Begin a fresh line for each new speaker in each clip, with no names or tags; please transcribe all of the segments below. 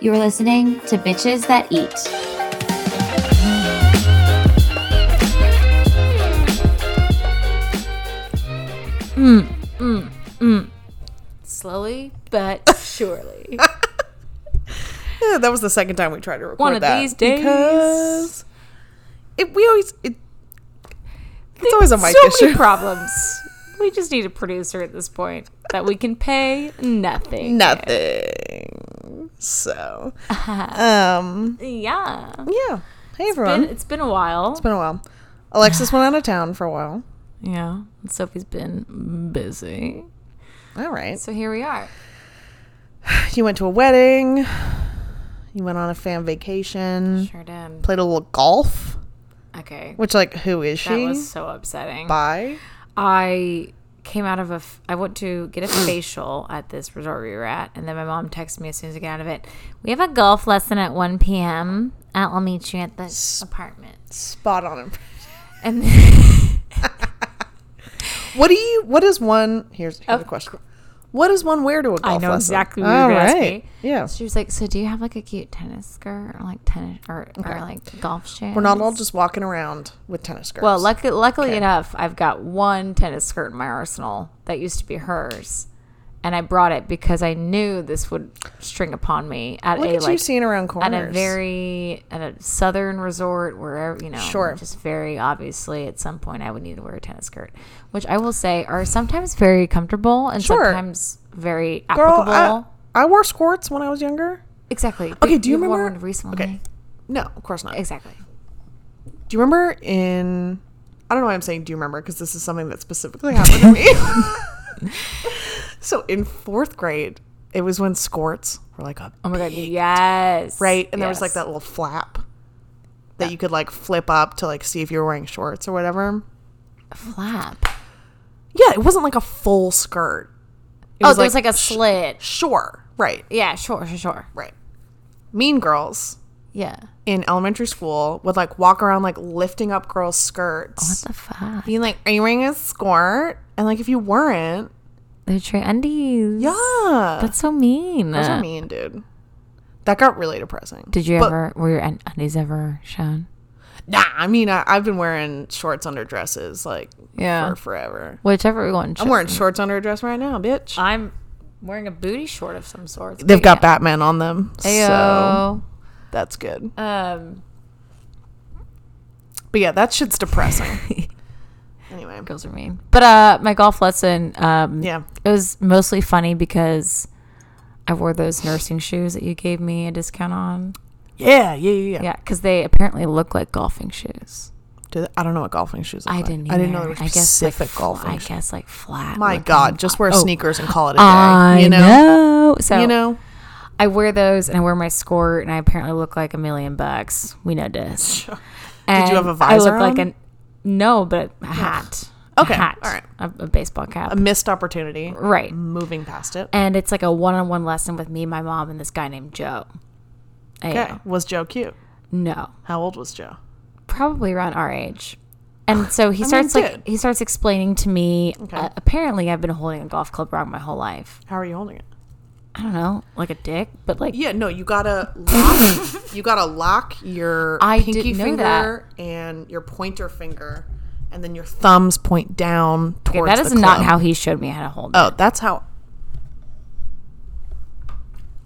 You're listening to Bitches That Eat.
Slowly but surely.
Yeah, that was the second time we tried to record
One of
that
these days.
because it, we always it, it's always a mic
so
issue.
many problems. We just need a producer at this point that we can pay nothing.
Nothing. So, um,
Yeah.
yeah. Hey everyone.
Been, it's been a while.
it's been a while. Alexis went out of town for a while.
yeah. Sophie's been busy.
All right.
So here we are.
You went to a wedding. You went on a fan vacation.
Sure did.
Played a little golf.
Okay.
Which, like, who is
That
she?
was so upsetting.
Bye.
I came out of a. F- I went to get a facial at this resort we were at, and then my mom texted me as soon as I got out of it. We have a golf lesson at 1 p.m. I'll meet you at the apartment.
Spot on. impression.
And
What do you? What is one? Here's, here's
Of
a question. What does one wear to a golf
I know
lesson?
exactly what you're gonna ask me.
Yeah.
she was like, "So do you have like a cute tennis skirt or like tennis or, or like golf shoes?"
We're not all just walking around with tennis skirts.
Well, luck- luckily enough, I've got one tennis skirt in my arsenal that used to be hers, and I brought it because I knew this would string upon me at a
look at you
like
seeing around
at
corners.
a very at a southern resort wherever you know
Sure.
just very obviously at some point i would need to wear a tennis skirt which i will say are sometimes very comfortable and
Sure.
sometimes very
girl. uh,
applicable
I, I wore skirts when I was younger.
exactly
Okay, do you
You've worn
remember-
one recently
okay. No, of course not.
exactly
Do you remember in? I don't know why I'm saying do you remember because this is something that specifically happened to me. so in fourth grade, it was when skirts were like a
oh my god yes
right, and there was like
Yes.
that little flap that you could like flip up to like see if you were wearing shorts or whatever.
flap
Yeah, it wasn't like a full skirt. It
oh there was like a slit
sure, right,
yeah sure sure sure
right. Mean Girls
yeah
in elementary school would like walk around like lifting up girls' skirts.
what the fuck
being like, are you wearing a skirt? And like, if you weren't,
they're tray undies
yeah,
that's so mean
those are mean, dude. That got really depressing.
did you
But-
ever were your un- undies ever shown
Nah, I mean, I, I've been wearing shorts under dresses like
Yeah.
for forever.
whichever one
I'm wearing shorts under a dress right now, bitch.
I'm wearing a booty short of some sort.
They've got Batman on them, so
Ayo.
that's good.
Um,
But yeah, that shit's depressing. anyway,
girls are mean. But uh, my golf lesson, um,
yeah,
it was mostly funny because I wore those nursing shoes that you gave me a discount on.
yeah, yeah, yeah. yeah.
Yeah, because they apparently look like golfing shoes.
Do they- I don't know what golfing shoes. Look
I
like.
didn't.
I didn't know
either.
there were
I guess
specific
like fl-
golfing.
I
shoes.
guess like flat.
My
looking
God, just wear
Oh.
sneakers and call it a day.
I
you know.
know. So
You know.
I wear those and I wear my skirt and I apparently look like a million bucks. We know this. Sure.
Did you have a
I look
visor
like
on?
an no, but a hat.
Okay,
A hat.
all right.
A, a baseball cap.
a missed opportunity.
right.
Moving past it.
And it's like a one-on-one lesson with me, my mom, and this guy named Joe. I-
Okay. Was Joe cute?
No,
How old was Joe?
probably around our age. And so he starts
good.
like he starts explaining to me.
Okay.
Uh, apparently, I've been holding a golf club wrong my whole life.
How are you holding it?
I don't know, like a dick, but like
Yeah, no, you gotta lock, you gotta lock your
I
pinky
didn't know
finger and your pointer finger, and then your thumbs point down towards.
that is
the
not
club.
how he showed me how to hold.
Oh, that's how.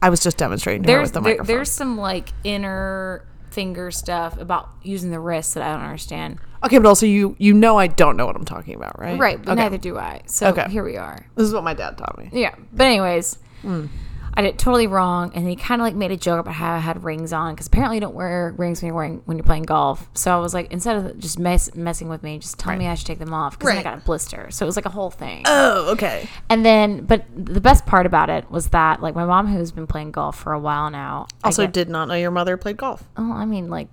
I was just demonstrating to her
there's
with the
there-
microphone.
there's some like inner finger stuff about using the wrist that I don't understand.
okay, but also you you know I don't know what I'm talking about, right?
Right, but
okay.
neither do I. So
Okay.
here we are.
This is what my dad taught me.
Yeah, but anyways, I did it totally wrong, and he kind of like made a joke about how I had rings on because apparently you don't wear rings when you're wearing when you're playing golf. So I was like, instead of just mess, messing with me, just tell me I should take them off because I
Right.
got a blister. So it was like a whole thing.
Oh, okay.
and then, but the best part about it was that like my mom, who's been playing golf for a while now, I
Also,
get-
did not know your mother played golf.
oh, I mean like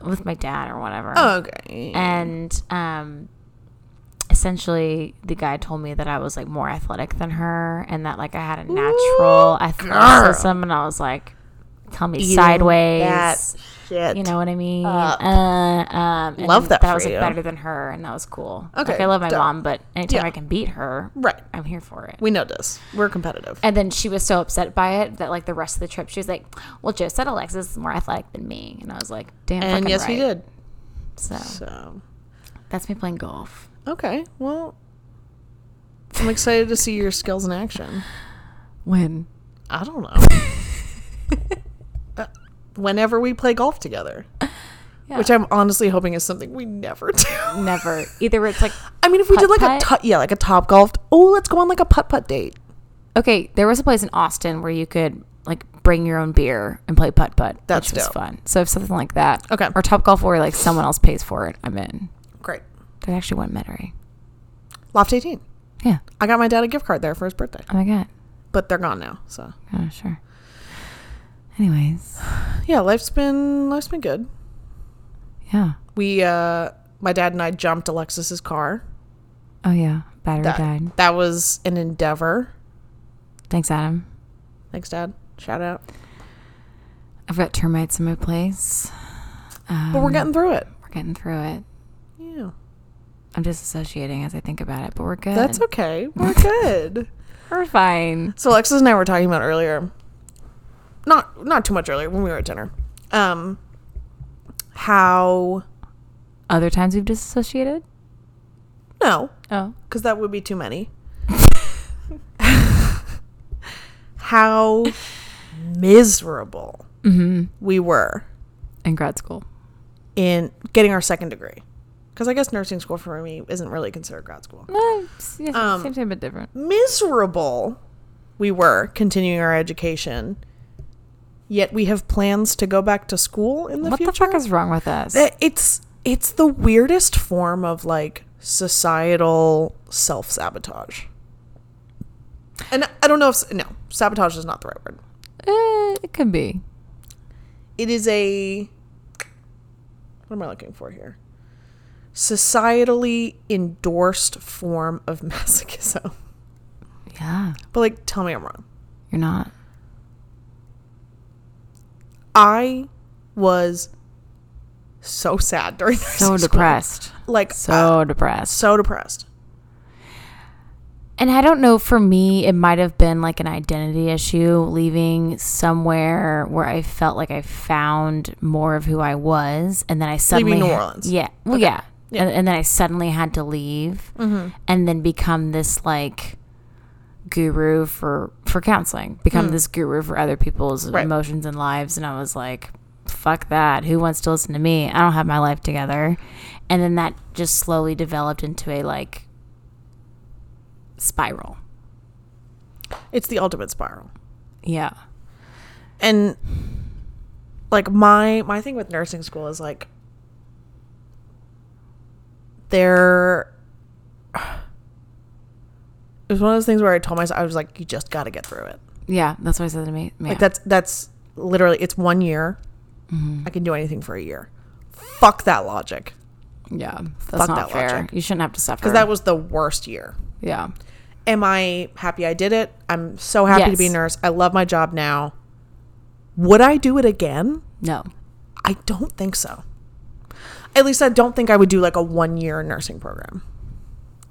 with my dad or whatever
Okay.
and um essentially the guy told me that i was like more athletic than her and that like i had a natural athleticism and i was like tell me
Eating
sideways.
That shit.
You know what I mean? Uh, um, and
Love that
That was
for
like
you.
better than her, and that was cool.
Okay,
like, I love my
duh.
mom, but anytime
Yeah.
I can beat her,
Right.
I'm here for it.
We know this. We're competitive.
And then she was so upset by it that like the rest of the trip, she was like, "Well, Joe said Alexis is more athletic than me," and I was like, "Damn."
And
fucking
yes, we
right. Oh.
did.
So
So,
that's me playing golf.
okay. Well, I'm excited to see your skills in action.
When?
I don't know. Uh, Whenever we play golf together,
Yeah.
which I'm honestly hoping is something we never do.
Never. Either it's like
I mean, if we did like a
Putt-putt?
tu- yeah, like a top golf. Oh, let's go on like a putt putt date.
okay, there was a place in Austin where you could like bring your own beer and play putt putt.
That's
which was
dope.
fun. So if something like that,
Okay.
or Top Golf where like someone else pays for it, I'm in.
Great.
There's actually one in Metairie.
Loft 18.
Yeah.
I got my dad a gift card there for his birthday,
Oh my god.
but they're gone now. So
Oh sure. Anyways,
yeah, life's been life's been good.
yeah.
We uh, my dad and I jumped Alexis's car.
Oh yeah. Battery
That
died.
that was an endeavor.
Thanks, Adam.
Thanks, Dad. Shout out.
I've got termites in my place. Um,
But we're getting through it.
we're getting through it.
Yeah,
I'm disassociating as I think about it, but we're good.
that's okay. We're good.
we're fine.
So Alexis and I were talking about earlier, not not too much earlier when we were at dinner, um, how
Other times we've disassociated.
no,
Oh,
because that would be too many. how miserable we were
in grad school.
in getting our second degree, because I guess nursing school for me isn't really considered grad school.
No, it's- yeah,
Um,
same thing but different.
miserable we were continuing our education. Yet we have plans to go back to school in the
What the
future.
fuck is wrong with us?
That- it's it's the weirdest form of like societal self sabotage. And I don't know if no sabotage is not the right word.
Eh, it could be.
It is a what am I looking for here? Societally endorsed form of masochism.
Yeah,
But like, tell me I'm wrong.
you're not.
I was so sad during this.
So depressed.
Like so,
So depressed.
so depressed.
And I don't know, for me, it might have been like an identity issue, leaving somewhere where I felt like I found more of who I was. And then I suddenly.
New
ha-
Orleans.
Yeah. Well, yeah. And, and then I suddenly had to leave and then become this like guru for, for counseling, become this guru for other people's
Hmm. Right.
emotions and lives. And I was like, fuck that. Who wants to listen to me? I don't have my life together. And then that just slowly developed into a like spiral.
It's the ultimate spiral.
Yeah.
And like my my thing with nursing school is like there it was one of those things where I told myself I was like, you just gotta get through it.
Yeah. That's what I said to me. Yeah.
Like that's that's literally it's one year.
Mm-hmm.
I can do anything for a year. Fuck that logic.
yeah. That's
Fuck
not
that
fair.
logic.
You shouldn't have to suffer.
Because that was the worst year.
yeah.
am I happy I did it? I'm so happy to be
Yes.
a nurse. I love my job now. Would I do it again?
No.
I don't think so. At least I don't think I would do like a one year nursing program.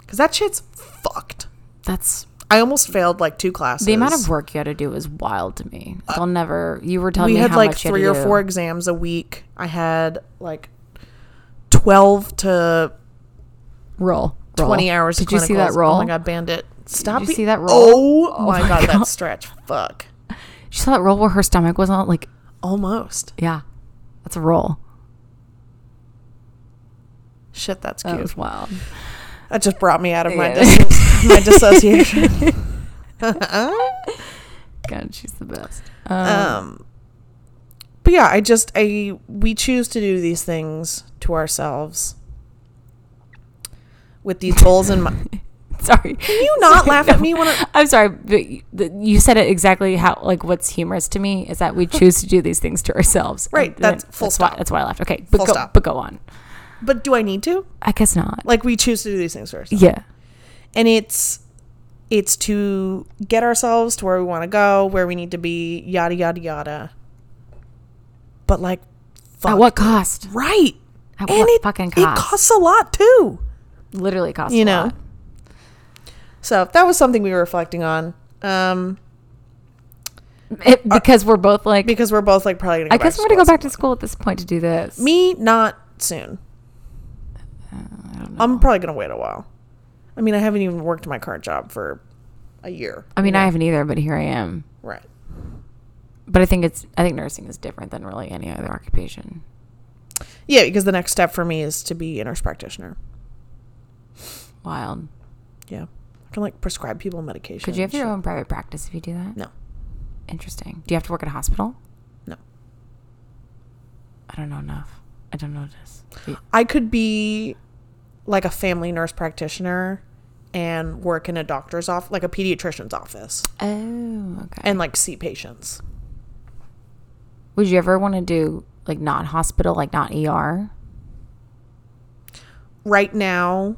Cause that shit's fucked.
That's
I almost failed like two classes.
the amount of work you had to do is wild to me. I'll never. You were telling
Uh, we
me
had
how
like
much you
three
had
or
to do.
four exams a week. I had like twelve to
roll. roll.
twenty hours.
Did
of
you see that
clinicals.
roll?
Oh my god, bandit! Stop.
you
be-
see that roll?
Oh, my, god, that stretch. Fuck.
She saw that roll where her stomach was not like.
Almost.
Yeah. That's a roll.
Shit, that's cute.
That was wild.
That just brought me out of my
Yeah.
dis- my dissociation.
Um, God, she's the best.
um, but yeah, I just I we choose to do these things to ourselves with these goals in mind.
Sorry. Can
you not laugh at me when I-
I'm sorry, but you- the- you said it exactly how like what's humorous to me is that we choose to do these things to ourselves.
Right,
And
that's full
that's why-
stop.
that's why I laughed. Okay, but
Full
go,
stop.
but go on.
But do I need to?
I guess not.
Like we choose to do these things to ourselves,
Yeah.
and it's it's to get ourselves to where we want to go, where we need to be, yada yada yada. but like, fuck.
At what cost?
Right.
At what
it,
fucking
It
cost?
costs a lot too.
Literally cost.
You
a
know.
lot.
So that was something we were reflecting on. Um,
It- because we're both like.
because we're both like probably gonna. Go
I guess
to
we're gonna go
school.
back to school at this point to do this.
Me not soon.
I don't know.
I'm probably gonna wait a while. I mean, I haven't even worked my current job for a year.
I mean, I haven't either, but here I am.
Right.
But I think it's. I think nursing is different than really any other occupation.
Yeah, because the next step for me is to be a nurse practitioner.
Wild.
Yeah, I can like prescribe people medication.
Could you have
and
your
shit.
own private practice if you do that?
No,
Interesting. Do you have to work at a hospital?
no.
I don't know enough. I don't know this. Y-
I could be like a family nurse practitioner and work in a doctor's office, like a pediatrician's office,
Oh, okay.
and like see patients.
Would you ever want to do like not hospital, like not ER?
Right now,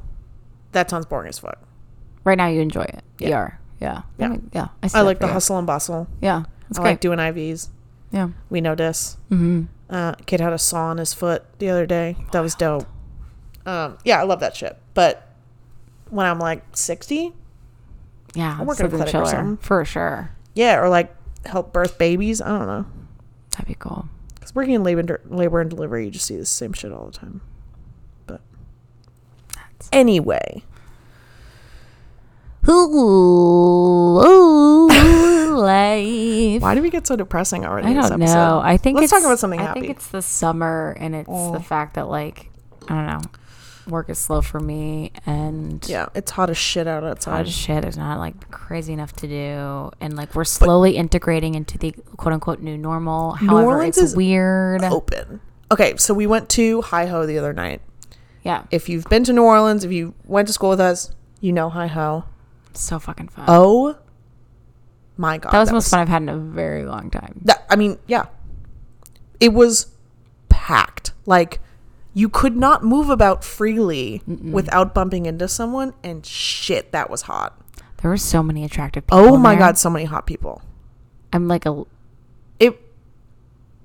that sounds boring as fuck.
Right now, you enjoy it.
Yeah.
ER. Yeah.
Yeah.
I, mean, yeah, see
I
that
like
for
the
you.
hustle and bustle.
Yeah. That's
I
great.
like doing IVs.
yeah.
We notice.
Mm-hmm.
Uh, kid had a saw on his foot the other day. That was dope. Um, yeah, I love that shit. But when I'm like 60,
Yeah.
work at a
something
clinic or
chiller,
something.
For sure.
yeah, or like help birth babies. I don't know.
That'd be cool.
Because working in labor, labor and delivery, you just see the same shit all the time. But anyway,
Hello, life.
why do we get so depressing already?
I
this
don't
episode?
know. I think
let's
it's-
talk about something
I
happy. Oh.
think it's the summer, and it's the fact that like I don't know, work is slow for me, and
yeah, it's hot as shit out
a lot
outside.
of shit. There's not like crazy enough to do, and like we're slowly integrating into the quote unquote new normal. However,
Orleans
it's
is Oh.
weird.
Open. Okay, so we went to Hi Ho the other night.
Yeah,
If you've been to New Orleans, if you went to school with us, you know Hi Ho.
so fucking fun.
Oh my god,
that was the most fun I've had in a very long time.
that I mean, yeah. It was packed. Like you could not move about freely without bumping into someone and shit, that was hot.
There were so many attractive. people
Oh
in
my
there.
god, so many hot people.
I'm like a.
It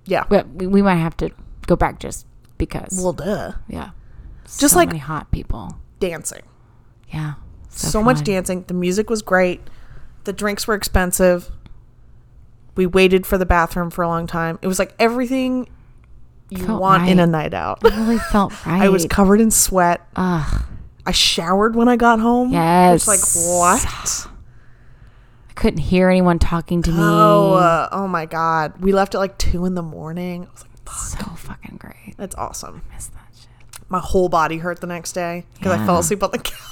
Yeah.
We, we might have to go back just because.
Well duh.
yeah,
Just
So
like-
many hot people.
Dancing.
Yeah,
So, much
fun.
dancing. The music was great. The drinks were expensive. We waited for the bathroom for a long time. It was like everything you
Felt
want in a
right.
night out.
Really felt right.
I was covered in sweat.
Ugh.
I showered when I got home. It's
Yes.
like what?
I couldn't hear anyone talking to me.
Oh, uh, oh my God. We left at like two in the morning. I was like, "Fuck,
so fucking great.
that's awesome.
Miss that shit.
My whole body hurt the next day because I fell
Yeah.
asleep on the couch.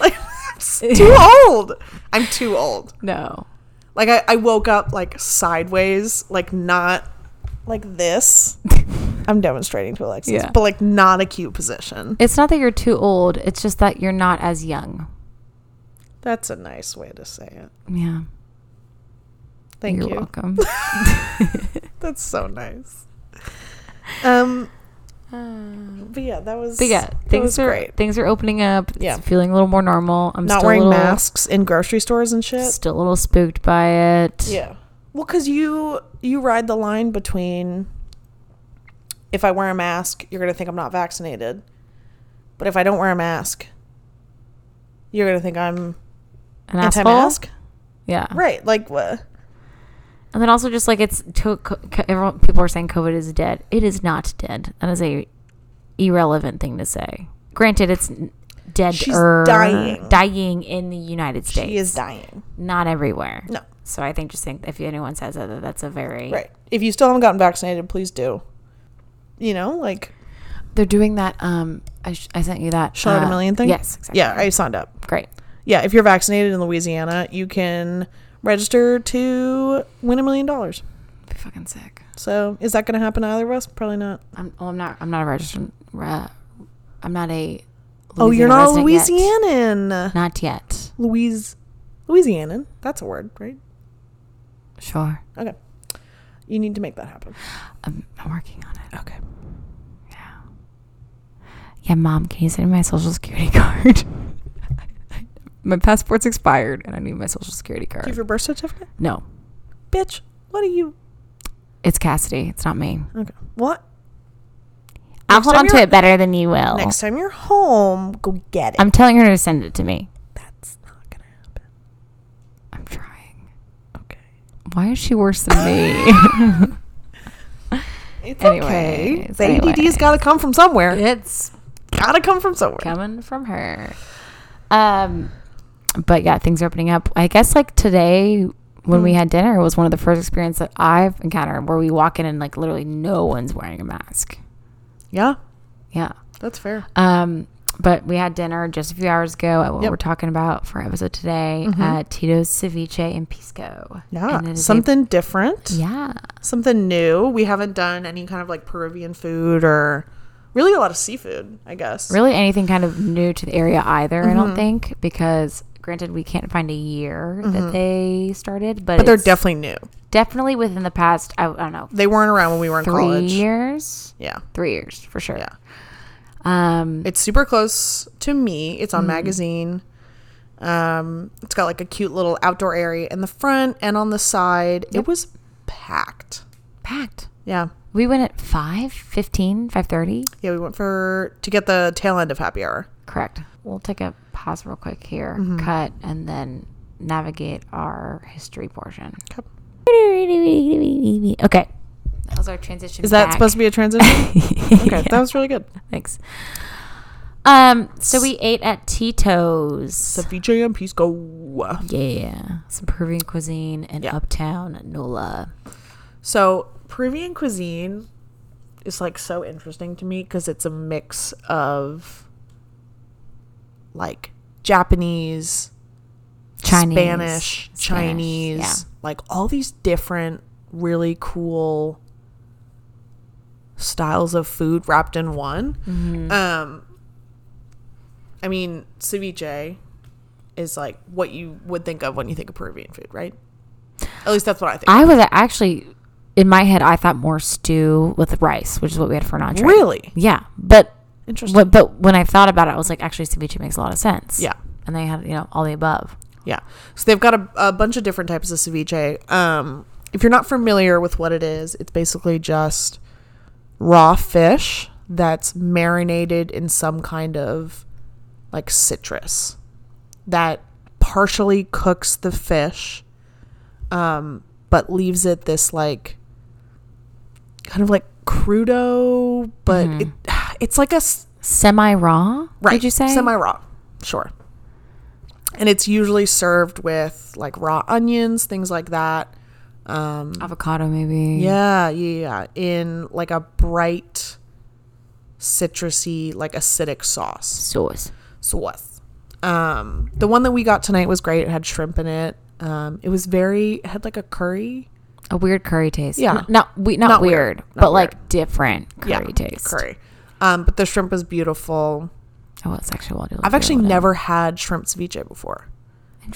like, I'm s- too old. I'm too old.
No.
Like, I, I woke up like sideways, like not like this. I'm demonstrating to Alexis,
Yeah.
but like not a cute position.
It's not that you're too old. It's just that you're not as young.
That's a nice way to say it.
Yeah.
Thank
you're
you.
welcome.
That's so nice. Um, but yeah, that was.
but yeah,
that was
things are
great.
things are opening up. It's
Yeah.
feeling a little more normal. I'm
Not
still
wearing
a little,
masks in grocery stores and shit.
Still a little spooked by it.
Yeah. Well, because you you ride the line between. If I wear a mask, you're gonna think I'm not vaccinated, but if I don't wear a mask, you're gonna think I'm
An asshole?
anti-mask.
Yeah.
Right? Like what?
And then also just like it's to, co- co- everyone, people are saying COVID is dead. It is not dead. That is a irrelevant thing to say. Granted, it's dead. er,
She's dying.
Dying in the United States.
She is dying.
Not everywhere.
No.
So I think just think if anyone says that, that's a very
Right. If you still haven't gotten vaccinated, please do. You know, like
They're doing that. Um, I, sh- I sent you that.
shot at a
uh,
million thing.
Yes, exactly.
Yeah, I signed up.
Great.
yeah, if you're vaccinated in Louisiana, you can register to win a million dollars.
Be fucking sick.
So is that going to happen to either of us? Probably not.
I'm. Well, I'm not. I'm not a registered. Re, I'm not a.
oh, you're
Louisiana
not a
resident yet.
Louisianan.
Not yet.
Louise, Louisianan. That's a word, right?
Sure.
Okay. You need to make that happen.
I'm, I'm working on it.
Okay.
Yeah, mom, can you send me my social security card? my passport's expired, and I need my social security
Do you have
card.
your birth certificate?
No.
bitch, what are you?
It's Cassidy. It's not me.
Okay. What?
I'll
Next
hold
time
on to
you're-
it better than you will.
Next time you're home, go get it.
I'm telling her to send it to me.
That's not gonna happen.
I'm trying.
Okay.
Why is she worse than me?
It's okay.
Anyways,
The ADD's
anyways.
gotta come from somewhere.
it's
Gotta come from somewhere.
coming from her. Um, but yeah, things are opening up. I guess like today when
Hmm.
we had dinner was one of the first experience that I've encountered where we walk in and like literally no one's wearing a mask.
Yeah,
Yeah.
that's fair.
Um, but we had dinner just a few hours ago at what
Yep. Mm-hmm.
we're talking about for our episode today at Tito's Ceviche in Pisco.
Yeah,
And it is a-
something different,
yeah.
something new. We haven't done any kind of like Peruvian food or really a lot of seafood, I guess.
Really anything kind of new to the area either, I
Mm-hmm.
don't think, because granted we can't find a year that they started, but,
Mm-hmm. But they're
it's
definitely new.
definitely within the past, I, I don't know,
They weren't around when we were in
three
college.
years?
Yeah.
Three years for sure.
Yeah.
Um,
It's super close to me. It's on
Mm.
magazine. Um, it's got like a cute little outdoor area in the front and on the side. It was packed.
packed.
Yeah.
We went at 5, 15, 5.30.
Yeah, we went for to get the tail end of happy hour.
Correct. We'll take a pause real quick here,
Mm-hmm.
cut, and then navigate our history portion.
Okay.
Okay. That was our transition.
Is that supposed to be a transition?
be?
Okay, that was really good.
Thanks. Um. So we ate at Tito's.
Ceviche and Pisco.
Yeah, some Peruvian cuisine in
Yeah.
Uptown Nola.
So Peruvian cuisine is like so interesting to me because it's a mix of like Japanese,
Chinese,
Spanish,
Spanish,
Chinese,
yeah.
like all these different really cool styles of food wrapped in one. Um I mean, ceviche is like what you would think of when you think of Peruvian food, right? At least that's what I think.
I was actually in my head. I thought more stew with rice, which is what we had for an entree.
really?
Yeah, but
Interesting.
What, but when I thought about it, I was like, actually, ceviche makes a lot of sense.
Yeah.
And they have, you know, all the above.
Yeah. So they've got a, a bunch of different types of ceviche. Um, if you're not familiar with what it is, it's basically just raw fish that's marinated in some kind of like citrus that partially cooks the fish, um, but leaves it this like kind of like crudo, but it, it's like a s-
Semi raw?
Right.
Did you say?
semi raw? Sure. And it's usually served with like raw onions, things like that. Um,
Avocado, maybe.
yeah, yeah, yeah. In like a bright, citrusy, like acidic sauce
Sauce.
sauce. Um, the one that we got tonight was great. It had shrimp in it. Um, it was very it had like a curry,
A weird curry taste.
Yeah.
N- Not, we, not,
Not
weird,
weird.
but like different curry
yeah,
taste.
curry. Um, but the shrimp was beautiful.
Oh, it's actually what
I've actually never had shrimp ceviche before.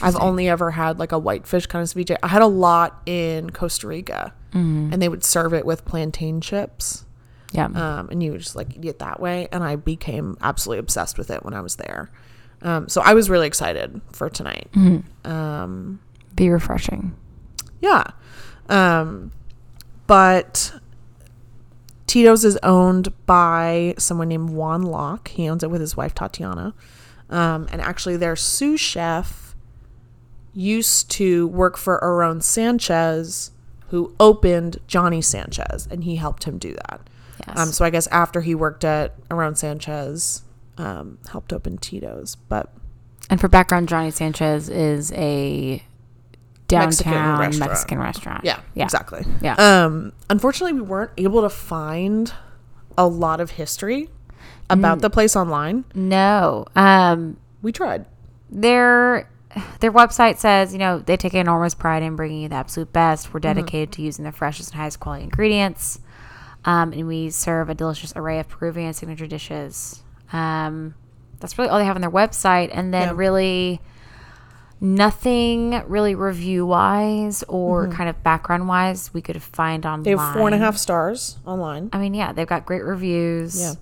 I've only ever had like a whitefish kind of ceviche. I had a lot in Costa Rica, and they would serve it with plantain chips,
Yeah.
um, and you would just like eat it that way. And I became absolutely obsessed with it when I was there. Um, so I was really excited for tonight. Um,
Mm-hmm. Be refreshing.
yeah, um, but Tito's is owned by someone named Juan Locke. He owns it with his wife Tatiana. Um, and actually, their sous chef used to work for Aron Sanchez, who opened Johnny Sanchez, and he helped him do that.
Yes.
Um, so I guess after he worked at Aron Sanchez, um, helped open Tito's. But
and for background, Johnny Sanchez is a downtown
Mexican
Mexican restaurant.
restaurant. yeah,
Yeah.
exactly.
Yeah.
Um, unfortunately, we weren't able to find a lot of history
Mm.
about the place online.
no. Um,
We tried.
their their website says you know they take enormous pride in bringing you the absolute best we're
Mm-hmm.
dedicated to using the freshest and highest quality ingredients um, and we serve a delicious array of peruvian signature dishes um, that's really all they have on their website and then
Yeah.
really nothing really review wise or kind of background wise we could find online
Mm-hmm. They have four and a half stars online.
I mean, yeah, they've got great reviews.
Yeah.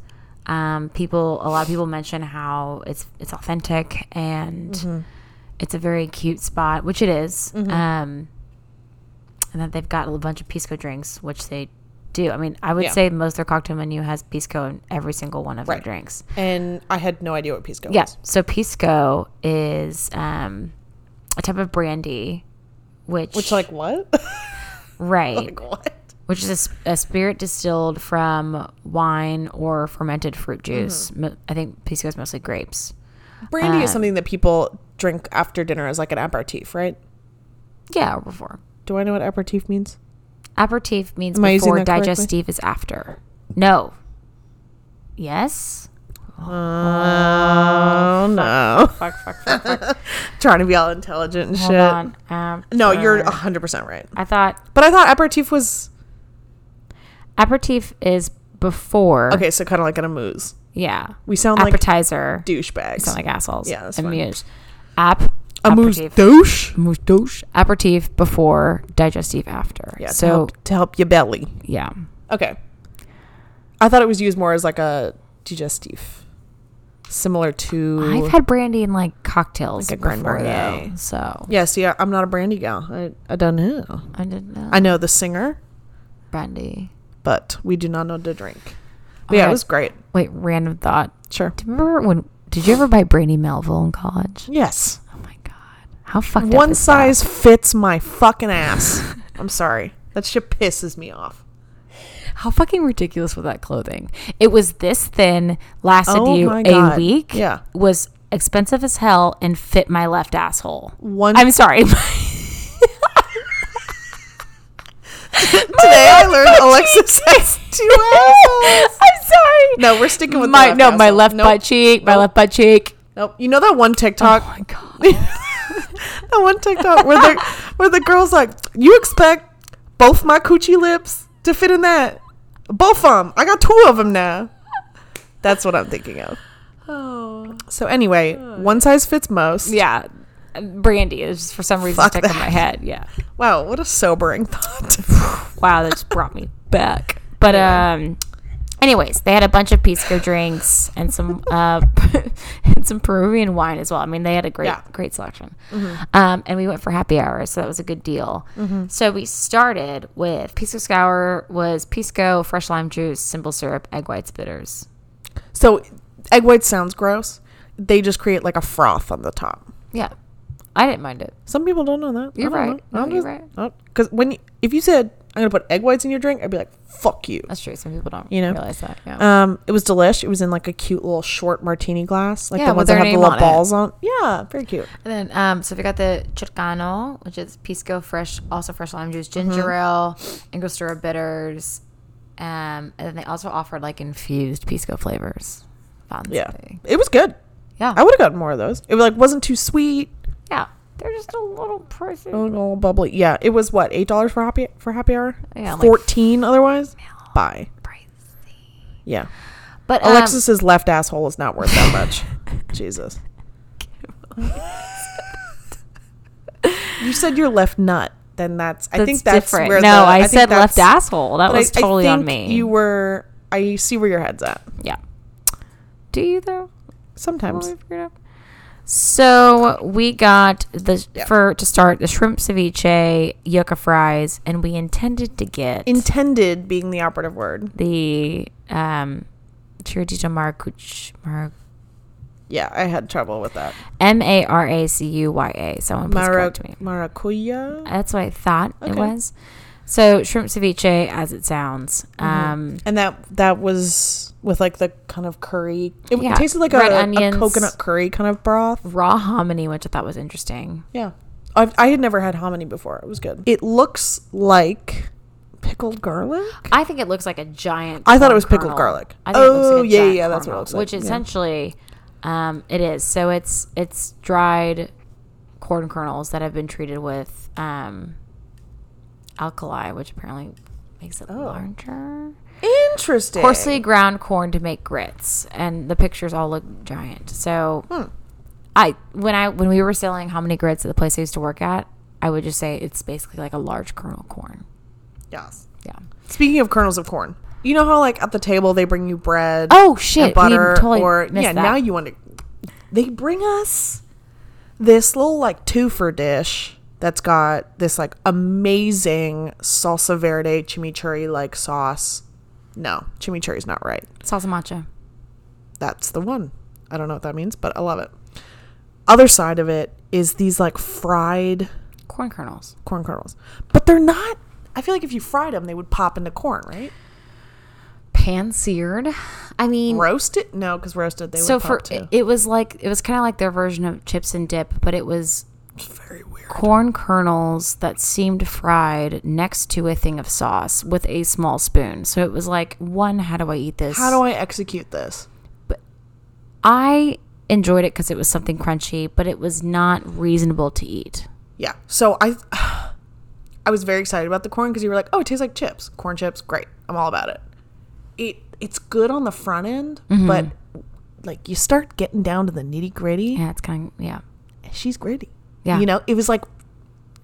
Um, people, a lot of people mention how it's it's authentic
Mm-hmm.
and it's a very cute spot, which it is. Um, and that they've got a bunch of pisco drinks, which they do. I mean, I would
Yeah.
say most of their cocktail menu has pisco in every single one of
Right.
their drinks.
And I had no idea what pisco
Yeah.
was.
So pisco is um, a type of brandy, which
Which like what?
right,
like what?
which is a s- a, spirit distilled from wine or fermented fruit juice.
Mm-hmm.
Mo- I think pisco is mostly grapes.
Brandy is
Um,
something that people drink after dinner as like an aperitif, right?
Yeah, or before.
Do I know what aperitif means?
Aperitif means
Am I using
before
that correctly?
digestive is after. No. Yes.
Oh no.
Fuck, fuck, fuck, fuck.
Trying to be all intelligent and
Hold
shit.
on. Um,
No, you're
uh,
100% right.
I thought
But I thought aperitif was
aperitif is before.
okay, so kind of like an amuse.
Yeah.
We sound like
appetizer.
douchebags.
sound like assholes.
Yeah, that's fine.
Amuse. App.
amuse
aperitif.
douche.
Amuse douche. Aperitif before digestive after.
Yeah, to
So
help, to help your belly.
yeah.
Okay. I thought it was used more as like a digestif, similar to.
I've had brandy in like cocktails
Like a Grand
before though.
Marnier.
So
yeah, see, I, I'm not a brandy gal. I, I don't know.
I didn't know
I know the singer,
brandy.
but we do not know the drink. But
Oh
yeah,
my-
it was great.
Wait, random thought.
Sure.
Do you remember when? Did you ever buy Brandy Melville in college?
Yes.
Oh my god, how fucked up
One
is that?
size fits my fucking ass. I'm sorry. That shit pisses me off.
How fucking ridiculous was that clothing? It was this thin, lasted
Oh
you
my
a
God.
week.
Yeah.
was expensive as hell and fit my left asshole.
One
I'm sorry.
today I learned Alexis has two assholes.
I'm sorry.
No, we're sticking with the
my
left
no, my
asshole.
left
Nope.
butt cheek, my left butt cheek.
Nope. You know that one TikTok
Oh my god.
that one TikTok where the where the girl's like, "You expect both my coochie lips to fit in that? Both of them. I got two of them now." That's what I'm thinking of.
oh.
So anyway, one size fits most.
Yeah. Brandy is just for some reason
Fuck
stuck in
that.
my head. Yeah.
Wow, what a sobering thought.
Wow, that just brought me back. But um, anyways, they had a bunch of pisco drinks and some uh, and some Peruvian wine as well. I mean, they had a great
Yeah. Mm-hmm.
great selection. Um, and we went for happy hour, so that was a good deal. So we started with pisco scour was pisco, fresh lime juice, simple syrup, egg whites, bitters.
so, egg white sounds gross. They just create like a froth on the top.
Yeah, I didn't mind it.
Some people don't know that. I
You're
don't
right.
know.
No,
I'm
you're
just-
right.
I'm- Cause when you, if you said I'm gonna put egg whites in your drink, I'd be like, "Fuck you."
That's true. Some people don't
You know?
realize that. Yeah.
Um, it was delish. It was in like a cute little short martini glass, like
Yeah,
the
with
ones that
their
have the
name
little
on it.
balls on. Yeah, very cute.
And then, um, so we got the Chircano, which is pisco fresh, also fresh lime juice,
Mm-hmm.
ginger ale, Angostura bitters, um, and then they also offered like infused pisco flavors. Fancy.
Yeah, it was good.
yeah,
I would have gotten more of those. It like wasn't too sweet,
yeah. They're just a little pricey.
a little bubbly. Yeah, it was what eight dollars for happy for happy hour.
Yeah, like-
fourteen otherwise. Bye.
pricey.
Yeah,
But um,
Alexis's left asshole is not worth that much. Jesus. you said your left nut. Then that's, I
that's
think that's
different.
where
no,
the-
I,
think
said left
that's-
asshole. That
but I-
was
I
totally on
think
me.
You were. I see where your head's at.
yeah. Do you though?
Sometimes.
So we got the
Yeah.
for to start the shrimp ceviche, yucca fries, and we intended to get
Intended being the operative word.
the um Chiritito Maracuch Mar
Yeah, I had trouble with that.
M A R A C U Y A. Someone please
Mara-
correct me.
maracuya.
That's what I thought it
Okay.
was. So shrimp ceviche, as it sounds.
Mm-hmm.
Um,
And that that was with like the kind of curry. It
Yeah,
tasted like
red
a, a
onions.
coconut curry kind of broth.
raw hominy, which I thought was interesting.
Yeah. I've, I had never had hominy before. It was good. It looks like pickled garlic.
I think it looks like a giant.
I thought it
corn
was pickled
kernel.
garlic.
I think it looks like
Oh,
a
yeah,
giant
yeah,
corn
that's what it
kernel,
looks like,
Which
yeah.
essentially, um, it is. So it's it's dried corn kernels that have been treated with um, alkali, which apparently makes it larger.
Oh. Interesting.
Coarsely ground corn to make grits, and the pictures all look giant. So,
Hmm.
I when I when we were selling how many grits at the place I used to work at, I would just say it's basically like a large kernel corn.
Yes.
Yeah.
Speaking of kernels of corn, you know how like at the table they bring you bread.
Oh shit!
and butter
we totally
or
missed
yeah
that.
now you want to they bring us this little like twofer dish that's got this like amazing salsa verde chimichurri like sauce. No, chimichurri's not right.
Salsa matcha.
That's the one. I don't know what that means, but I love it. Other side of it is these like fried
Corn kernels.
corn kernels, but they're not. I feel like if you fried them, they would pop into corn, right?
Pan seared. I mean,
Roasted? No, because roasted they
so
would pop
for
too.
it was like it was kind of like their version of chips and dip, but it was
It's very weird.
corn kernels that seemed fried next to a thing of sauce with a small spoon. So it was like, one, how do I eat this?
How do I execute this?
I enjoyed it because it was something crunchy, but it was not reasonable to eat.
Yeah. So I I was very excited about the corn because you were like, "Oh, it tastes like chips. Corn chips, great. I'm all about it." It it's good on the front end,
Mm-hmm.
but like you start getting down to the nitty-gritty,
Yeah, it's kind of yeah.
she's gritty.
Yeah.
You know, it was like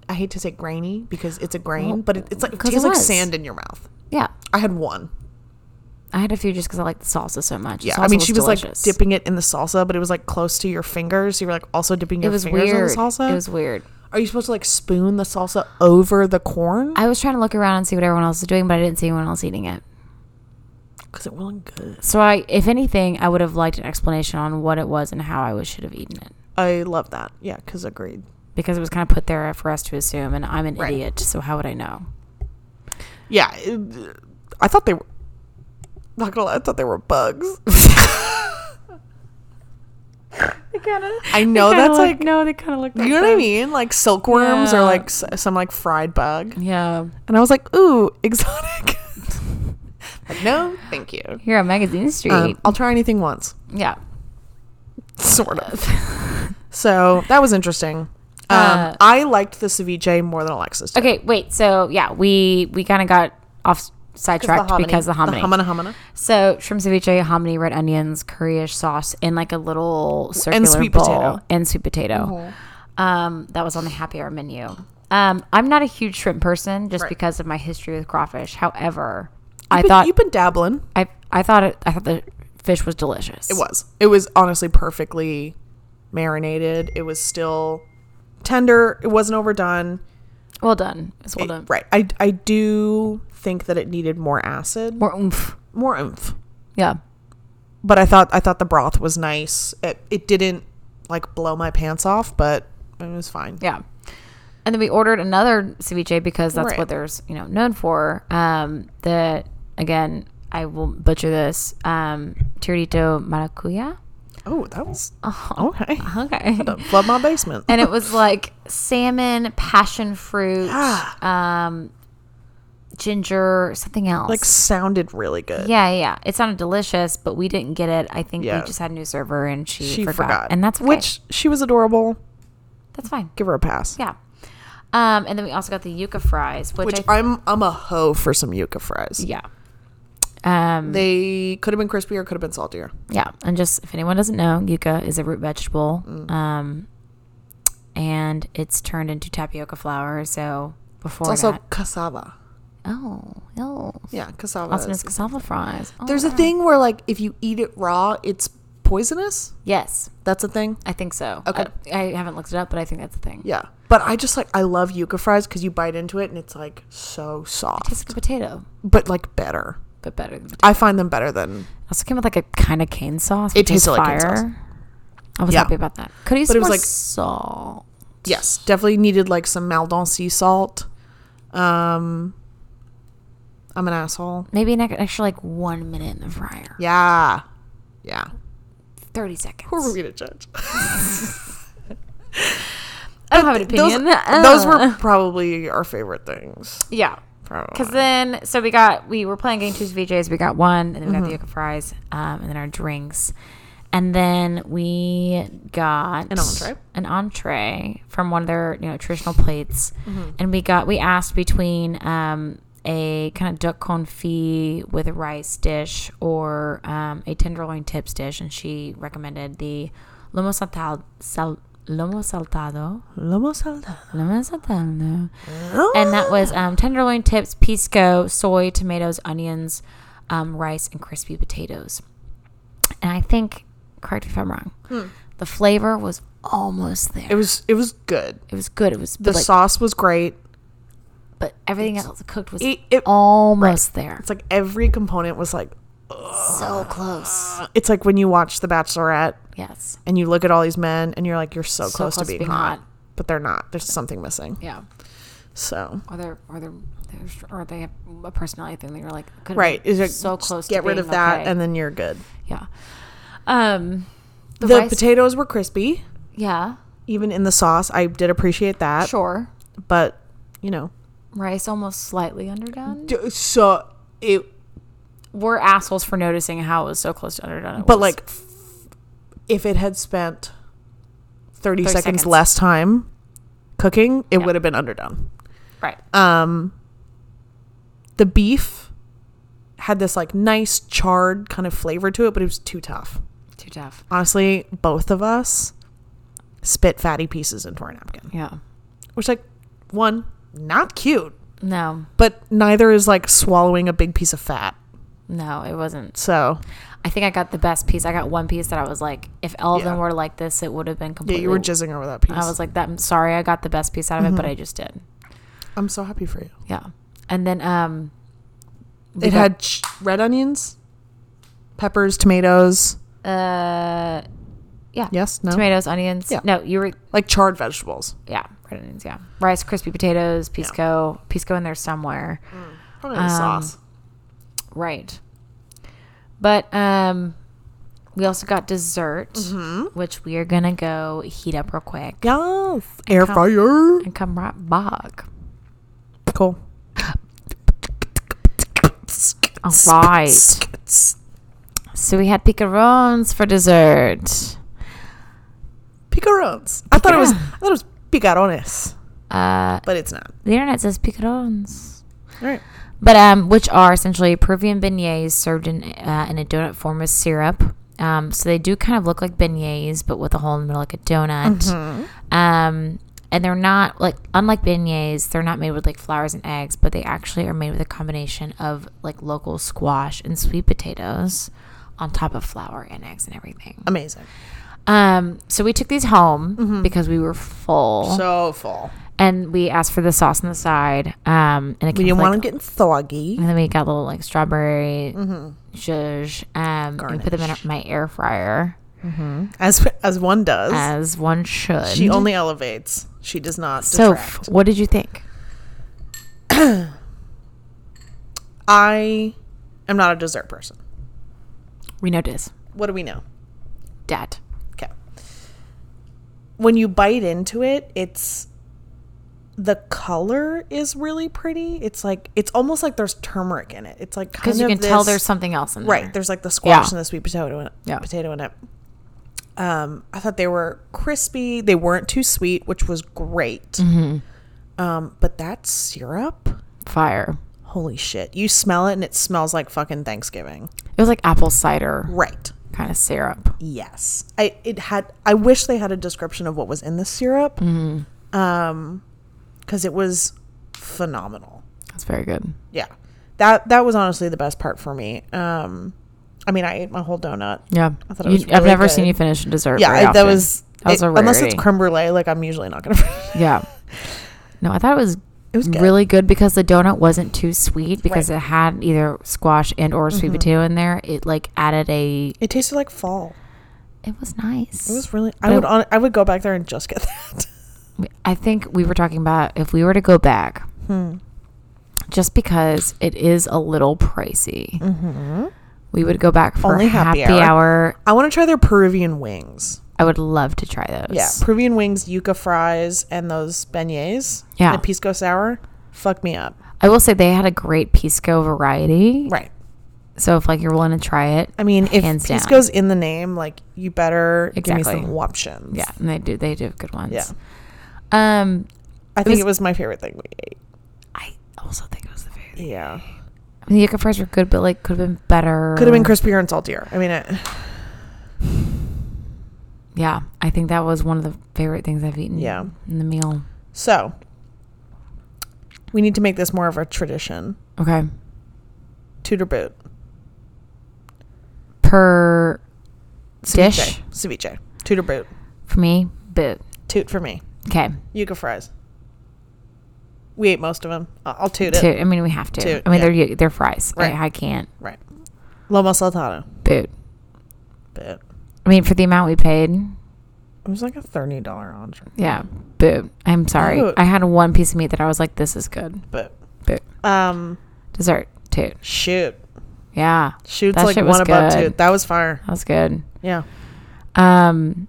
I hate to say grainy because it's a grain, but it, it's like it
'cause it
tastes like
was.
sand in your mouth.
Yeah.
I had one.
I had a few just because I like the salsa so much. The
Yeah. I
salsa
mean, she was
delicious.
like dipping it in the salsa, but it was like close to your fingers. You were like also dipping
It
your
was
fingers
weird.
in the salsa.
It was weird.
Are you supposed to like spoon the salsa over the corn?
I was trying to look around and see what everyone else was doing, but I didn't see anyone else eating it.
Because it wasn't good.
So I, if anything, I would have liked an explanation on what it was and how I was, should have eaten it
I love that. Yeah, because agreed.
because it was kind of put there for us to assume, and I'm an
Right.
idiot, so how would I know?
Yeah, it- I thought they were. Not gonna lie, I thought they were bugs. I know
Kinda look-
that's like
no, they kind of looked.
you know what I mean, like silkworms or
Yeah.
like s- some like fried bug.
Yeah,
And I was like, ooh, exotic. Like, no, thank you.
here on Magazine Street.
Um, I'll try anything once,
yeah,
sort of. so that was interesting. Um,
Uh,
I liked the ceviche more than Alexis. Did.
Okay, wait. So yeah, we we kind of got off sidetracked because the hominy.
the hominy, hominy.
So shrimp ceviche, hominy, red onions, curryish sauce, and like a little circular
sweet
bowl
potato. Mm-hmm.
and sweet potato. Um, that was on the happy hour menu. Um, I'm not a huge shrimp person just because of my history with crawfish. However, I
But
thought
you've been dabbling.
I I thought it, I thought the fish was delicious.
It was. It was honestly perfectly marinated. It was still tender. It wasn't overdone.
well done. It's well done.
Right. I, I do think that it needed more acid,
More oomph.
more oomph.
Yeah.
But I thought I thought the broth was nice. It, it didn't like blow my pants off, but it was fine.
Yeah. And then we ordered another ceviche because that's
Right.
what there's, you know, known for. Um, the again, I will butcher this. Um, tiradito maracuya.
Oh, that was okay.
Okay.
Flood my basement.
Uh-huh. and it was like salmon, passion fruit, um, ginger, something else.
Ah. like sounded really good.
yeah, yeah, yeah. It sounded delicious, but we didn't get it. I think
Yeah.
we just had a new server and she,
she
forgot.
forgot.
And that's okay.
which she was adorable.
that's fine.
Give her a pass.
Yeah. Um, and then we also got the yuca fries, which,
Which
I
I'm I'm a hoe for some yuca fries.
yeah. Um,
They could have been crispier, could have been saltier.
yeah, and just if anyone doesn't know, yuca is a root vegetable,
Mm.
um, and it's turned into tapioca flour. So before
also
that,
cassava.
oh, oh,
Yeah, cassava.
also known
is-
as cassava fries. Oh,
There's a thing where like if you eat it raw, it's poisonous.
yes,
That's a thing.
I think so.
Okay.
I, I haven't looked it up, but I think that's a thing.
Yeah, but I just like I love yuca fries because you bite into it and it's like so soft,
tastes like a potato,
but like better.
but better. Than potato.
I find them better than.
Also came with like a kind of cane sauce.
It
which is
tasted like cane sauce.
I was
Yeah.
happy about that. Could use
But
some
it was
more
like-
salt.
Yes, definitely needed like some Maldon sea salt. Um, I'm an asshole.
Maybe an extra like one minute in the fryer.
Yeah, yeah.
Thirty seconds.
Who are we to judge?
I don't have an
Those,
opinion. Uh.
those were probably our favorite things.
yeah.
Probably.
Because then, so we got, we were playing game two VJs. We got one, and then we got the yucca fries, um, and then our drinks. And then we got
An entree.
An entree from one of their, you know, traditional plates. And we got, we asked between um, a kind of duck confit with a rice dish or um, a tenderloin tips dish. And she recommended the lomo saltado. Sal, lomo saltado.
Lomo saltado.
Lomo saltado and that was
Ah.
um, tenderloin tips, pisco, soy, tomatoes, onions, um, rice, and crispy potatoes. And I think, correct me if I'm wrong, the flavor was almost there.
Hmm. It was it was good.
It was good. It was
The
but, like,
sauce was great.
but everything else cooked was
It- it-
almost there.
It's like every component was like
So close.
it's like when you watch The Bachelorette
Yes.
and you look at all these men and you're like you're so, close, to being, hot,
hot.
but they're not. There's something missing.
Yeah.
So
Or they're or they're, they're str- or they have a personality thing that you're like could
right, is it
so
just
close.
Get
to
rid
being
of that,
okay.
and then you're good.
yeah. Um.
The,
rice-
potatoes were crispy,
Yeah.
even in the sauce. I did appreciate that,
Sure.
but you know,
Rice almost slightly underdone.
d- so it.
We're assholes for noticing how it was so close to underdone. It
But
was.
like, f- if it had spent
30
thirty, seconds,
seconds.
less time cooking, it
Yeah.
would have been underdone.
right.
um the beef had this like nice charred kind of flavor to it but it was too tough
Too tough.
honestly both of us spit fatty pieces into our napkin
Yeah.
which like one not cute
No.
but neither is like swallowing a big piece of fat
No, it wasn't.
so
I think I got the best piece. I got one piece that I was like, if all of
Yeah.
them were like this, it would have been
yeah
completely.
you were jizzing over that piece Mm-hmm.
I was like, that. I'm sorry, I got the best piece out of it, but I just did.
i'm so happy for you
Yeah. And then um, we
it
got-
had ch- red onions peppers tomatoes
uh, yeah,
yes no
tomatoes, onions.
Yeah.
No, you were
like charred vegetables
yeah, red onions. Yeah, rice, crispy potatoes, pisco, pisco in there somewhere.
probably
Um,
the sauce
Right. But um, we also got dessert, which we are gonna go heat up real quick
yes air
com-
fryer
and come right back.
Cool.
All right. So we had picarons for dessert.
Picarons. I thought it was. I thought it was picarones,
Uh,
but it's not.
the internet says picarons,
All right.
but um, which are essentially Peruvian beignets served in uh, in a donut form with syrup. Um, so they do kind of look like beignets, but with a hole in the middle like a donut.
Mm-hmm.
Um, and they're not like unlike beignets, they're not made with like flowers and eggs, but they actually are made with a combination of like local squash and sweet potatoes on top of flour and eggs and everything.
Amazing.
Um, so we took these home because we were full,
Mm-hmm. So full.
and we asked for the sauce on the side. Um, and it came
We didn't
with,
want
like,
them getting soggy.
And then we got a little like strawberry
Mm-hmm.
zhuzh, um, and we put them in my air fryer
As as one does.
Mm-hmm. as one should.
she only elevates. She does not
so,
detract.
f- what did you think?
I am not a dessert person.
We noticed,
What do we know?
Dad.
Okay. When you bite into it, it's the color is really pretty. It's like it's almost like there's turmeric in it. It's like kind
Because you
of
can tell
this-
there's something else in there.
Right. There's like the squash
Yeah.
and the sweet potato in it.
Yeah.
Potato in it. Um, I thought they were crispy. They weren't too sweet, which was great.
Mm-hmm.
Um, but that syrup,
Fire.
holy shit! You smell it, and it smells like fucking Thanksgiving.
It was like apple cider
Right.
kind of syrup.
Yes. I it had. I wish they had a description of what was in the syrup.
Mm-hmm. Mm.
Um, because it was phenomenal.
That's very good.
Yeah. That that was honestly the best part for me. Um, I mean, I ate my whole donut.
Yeah, I
thought it was
I've
really
never seen
good.
you finish a dessert.
yeah,
very
I- that
often.
was,
that was
it-
a
unless it's
rarity.
creme brulee. Like I'm usually not gonna.
Yeah. No, I thought it was
It was good.
really good because the donut wasn't too sweet because
Right. Mm-hmm.
it had either squash and or sweet potato in there. It like added a.
It tasted like fall.
It was nice.
It was really. I
But it-
would. On, I would go back there and just get that.
I think we were talking about if we were to go back, Hmm. just because it is a little pricey. We would go back for
Mm-hmm. Only
happy,
happy
hour.
I want to try their Peruvian wings.
I would love to try those.
Yeah, Peruvian wings, yuca fries, and those beignets.
Yeah.
the pisco sour. Fuck me up.
I will say they had a great pisco variety.
Right.
So if like you're willing to try it,
I mean, if
Hands down.
pisco's in the name, like you better give me
Exactly.
some options.
yeah, and they do they do have good ones.
Yeah.
Um,
I think
was-
it was my favorite thing we ate.
I also think it was the favorite.
Yeah,
I mean, the yucca fries were good, but like could have been better.
could have been crispier and saltier. I mean, it,
Yeah, I think that was one of the favorite things I've eaten.
Yeah.
in the meal.
so we need to make this more of a tradition.
Okay.
Tudor boot
Per dish
ceviche, ceviche, Tudor boot.
for me, Boo.
Toot for me.
Okay.
Yucca fries. We ate most of them. I'll toot it.
Toot. I mean, we have to.
Toot,
I mean,
yeah.
they're they're fries.
Right.
I, I can't.
Right. Lomo Saltano.
Boot.
But
I mean, for the amount we paid,
it was like a $30 entree.
yeah. Boot. I'm sorry.
Boot.
I had one piece of meat that I was like, this is good.
But,
Boot.
um,
Dessert. Toot.
shoot.
Yeah.
Shoot's
That
like
shit was
one above
good.
toot. That was fire.
That was good.
Yeah.
Um,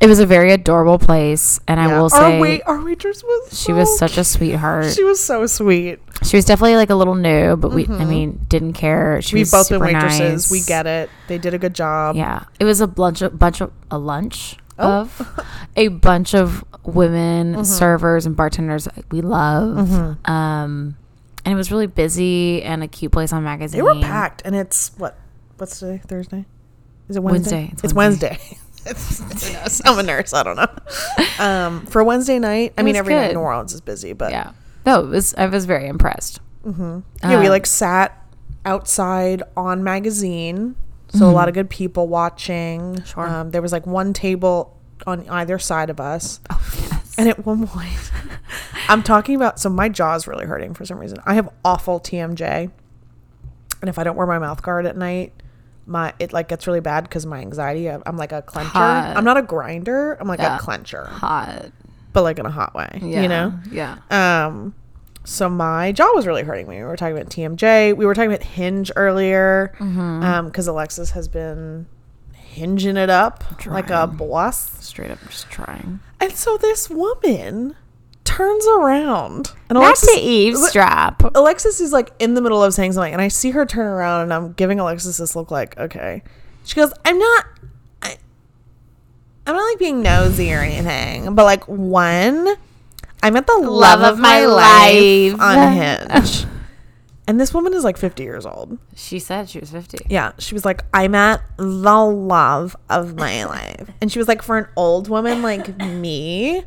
it was a very adorable place, and I
yeah.
will
our,
say
wait, our waitress was
she was
so
such a sweetheart.
She was so sweet.
She was definitely like a little new, but we, I mean, didn't care. She
Mm-hmm. We've
was
both been
super nice.
waitresses. We get it. They did a good job. Oh.
Yeah, it was a bunch of bunch of a lunch of a bunch of women
Mm-hmm.
servers and bartenders that we love. Um, and it was really busy and a cute place on magazine.
They were packed, and it's what? What's today? Thursday? Is it Wednesday?
Wednesday. It's
It's
Wednesday.
Wednesday. It's- who knows? I'm a nurse. I don't know. Um, for Wednesday night, I mean,
was
every night
good.
New Orleans is busy, but yeah,
Yeah, no, it was. I was very impressed.
we
Um,
like sat outside on magazine, so a lot of good people watching.
Mm-hmm. Sure.
Um, there was like one table on either side of us, Oh, and at one point, I'm talking about. So my jaw's really hurting for some reason. I have awful TMJ, and if I don't wear my mouth guard at night. My it like gets really bad because my anxiety. I'm I'm like a clencher.
Hot.
I'm not a grinder. I'm like
Yeah.
a clencher,
Hot.
but like in a hot way.
Yeah.
You know.
Yeah.
Um, so my jaw was really hurting me. We were talking about TMJ. We were talking about Hinge earlier because
Mm-hmm.
Alexis has been hinging it up like a boss.
Straight up, just trying.
And so this woman turns around and
Not to
Alexis, Oh.
eavesdrop.
Alexis is like in the middle of saying something, and I see her turn around, and I'm giving Alexis this look like, okay. She goes, I'm not. I, I'm not like being nosy or anything, but like one, I'm at the love, of, my, life, on Hinge, and this woman is like 50 years old.
She said she was fifty.
Yeah, she was like, I'm at the love of my life, and she was like, for an old woman like me,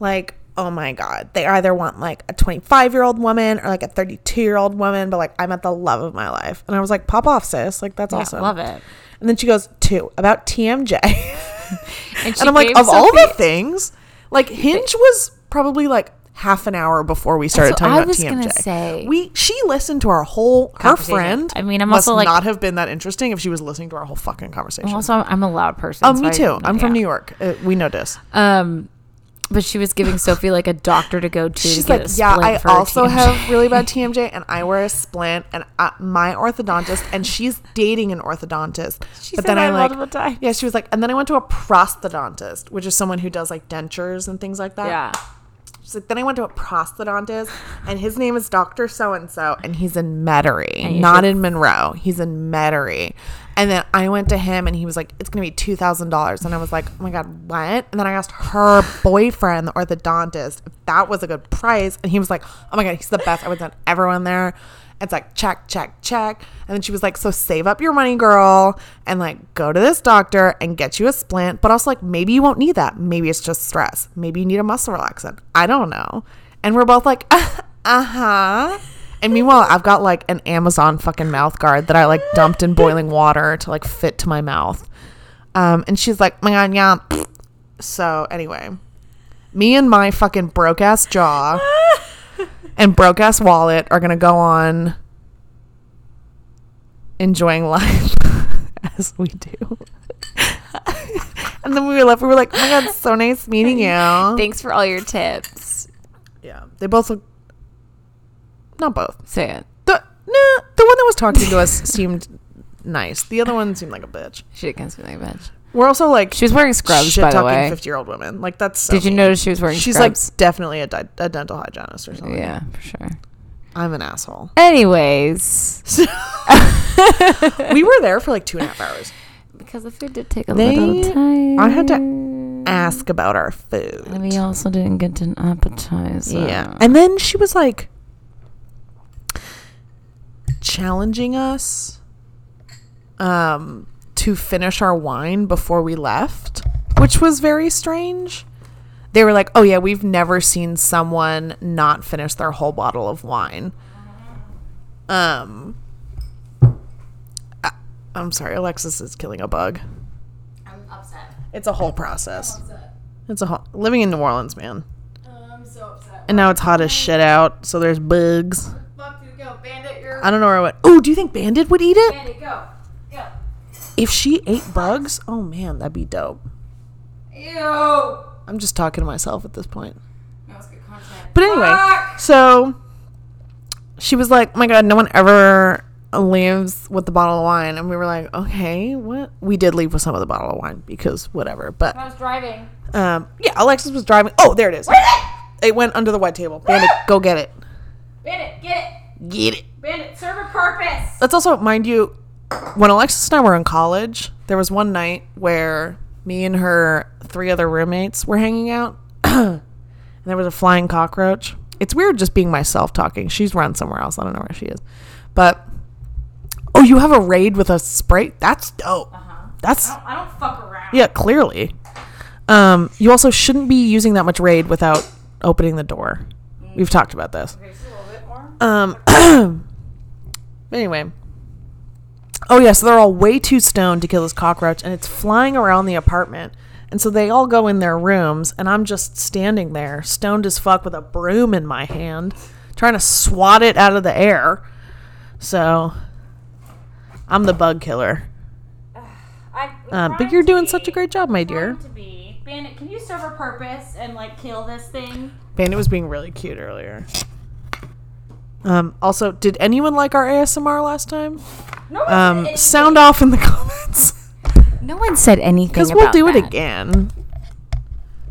like oh my god they either want like a 25 year old woman or like a 32 year old woman but like i'm at the love of my life and i was like pop off sis like that's
Yeah,
awesome
love it.
and then she goes two about tmj
And, she
and i'm like
gave
of all the
Sophie-
things like hinge was probably like half an hour before we started
what
talking
I
about
was
tmj
gonna say.
we she listened to our whole her
Conversation.
friend
I mean, I'm
must
also, like-
not have been that interesting if she was listening to our whole fucking conversation
Also, I'm a loud person.
oh
so
me
I-
too i'm from
yeah.
new york uh, we notice
Um, but she was giving Sophie like a doctor to go to. to
She's
get
like,
a
yeah,
splint
I
for her
also
TMJ."
have really bad TMJ, and I wear a splint, and I, my orthodontist, and she's dating an orthodontist.
She said that multiple times.
yeah, she was like, and then I went to a prosthodontist, which is someone who does like dentures and things like that.
Yeah.
She's like, then I went to a prosthodontist, and his name is Doctor So and So, and he's in Metairie,
you
not
should-
in Monroe. He's in Metairie. And then I went to him, and he was like, "It's gonna be two thousand dollars." And I was like, "Oh my god, what?" And then I asked her boyfriend, the orthodontist, if that was a good price, and he was like, "Oh my god, he's the best. I would send everyone there." It's like check, check, check. And then she was like, "So save up your money, girl, and like go to this doctor and get you a splint, but also like maybe you won't need that. Maybe it's just stress. Maybe you need a muscle relaxant. I don't know." And we're both like, "Uh huh." And meanwhile, I've got like an Amazon fucking mouth guard that I like dumped in boiling water to like fit to my mouth. Um, and she's like, my God, yeah. So anyway, me and my fucking broke ass jaw and broke ass wallet are gonna go on enjoying life as we do. and then we were left. We were like, oh my God, so nice meeting you.
Thanks for all your tips.
Yeah, they both look. Not both.
Say it.
The nah, the one that was talking to us seemed nice. The other one seemed like a bitch.
She against me like a bitch.
We're also like
She was wearing scrubs, by the way.
fifty year old women. Like that's so
Did you
mean.
notice she was wearing
She's
scrubs?
like definitely a, di- a dental hygienist or something.
yeah, for sure.
I'm an asshole.
Anyways,
we were there for like two and a half hours.
because the food did take a
They-
little time.
I had to ask about our food.
And we also didn't get an appetizer.
Yeah. And then she was like challenging us um to finish our wine before we left, which was very strange. They were like, "Oh yeah, we've never seen someone not finish their whole bottle of wine." Um I- I'm sorry, Alexis is killing a bug.
I'm upset.
It's a whole process. It's a ho- living in New Orleans, man. And now it's hot as shit out, so there's bugs. I don't know where I went. Oh, do you think Bandit would eat it?
go. Go.
If she ate bugs, oh man, that'd be dope.
Ew. That
I'm just talking to myself at this point.
was good content.
But anyway, so she was like, oh "My God, no one ever leaves with the bottle of wine," and we were like, "Okay, what?" We did leave with some of the bottle of wine because whatever. But
I was driving.
um, yeah, Alexis was driving. Oh, there it is. It went under the white table. Bandit, go get it.
Bandit, get it.
Get it.
Bandit, serve a purpose.
Let's also mind you, when Alexis and I were in college, there was one night where me and her three other roommates were hanging out, and there was a flying cockroach. It's weird just being myself talking. She's run somewhere else. I don't know where she is, but oh, you have a raid with a sprite. That's dope. That's
I don't fuck around.
yeah, clearly. Um, you also shouldn't be using that much raid without opening the door. We've talked about this.
Okay, just a little bit more.
Um, anyway. Oh, yeah, so they're all way too stoned to kill this cockroach, and it's flying around the apartment. And so they all go in their rooms, and I'm just standing there, stoned as fuck, with a broom in my hand, trying to swat it out of the air. So I'm the bug killer.
I,
Um, but you're doing such a great job, my dear.
Trying to be. Bandit, can you serve a purpose and like kill this thing?
Bandit was being really cute earlier. Um, also, did anyone like our ASMR last time?
No one,
Um,
said,
sound off in the comments.
no one said anything.
Because we'll do it again.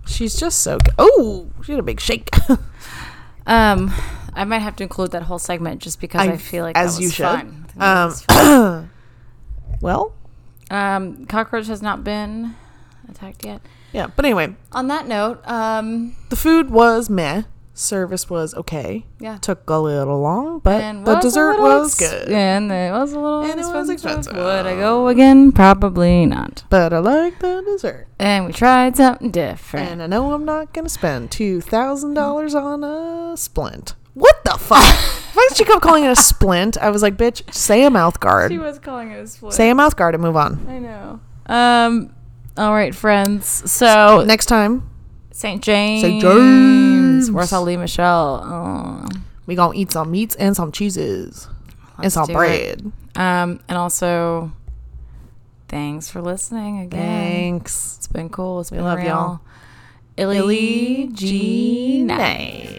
She's just so. Cu- oh, she had a big shake.
Um, I might have to include that whole segment just because I,
I-
feel like
as
that was
you should.
Fun. I think that
Um,
was fun.
well,
Um, cockroach has not been attacked yet.
yeah. But anyway,
On that note, um,
the food was meh. Service was okay.
yeah.
Took a little long, but
And
the
was a
dessert
little
was
ex-
good.
And it was a little
And it was expensive.
Would I go again? Probably not.
But I like the dessert.
And we tried something different.
And uh, I know I'm not going to spend $2,000 on a splint. What the fuck? Why did she come calling it a splint? I was like, bitch, say a mouth
she
guard.
was calling it a split.
Say a mouth guard and move on.
I know. Um. All right, friends. So
Next time,
St. James.
James.
Where's Ali Michelle? Oh.
we going to eat some meats and some cheeses and some
do it.
bread.
Um. And also, thanks for listening again.
Thanks.
It's been cool. It's been
love
real.
y'all.
Illy G
G
night.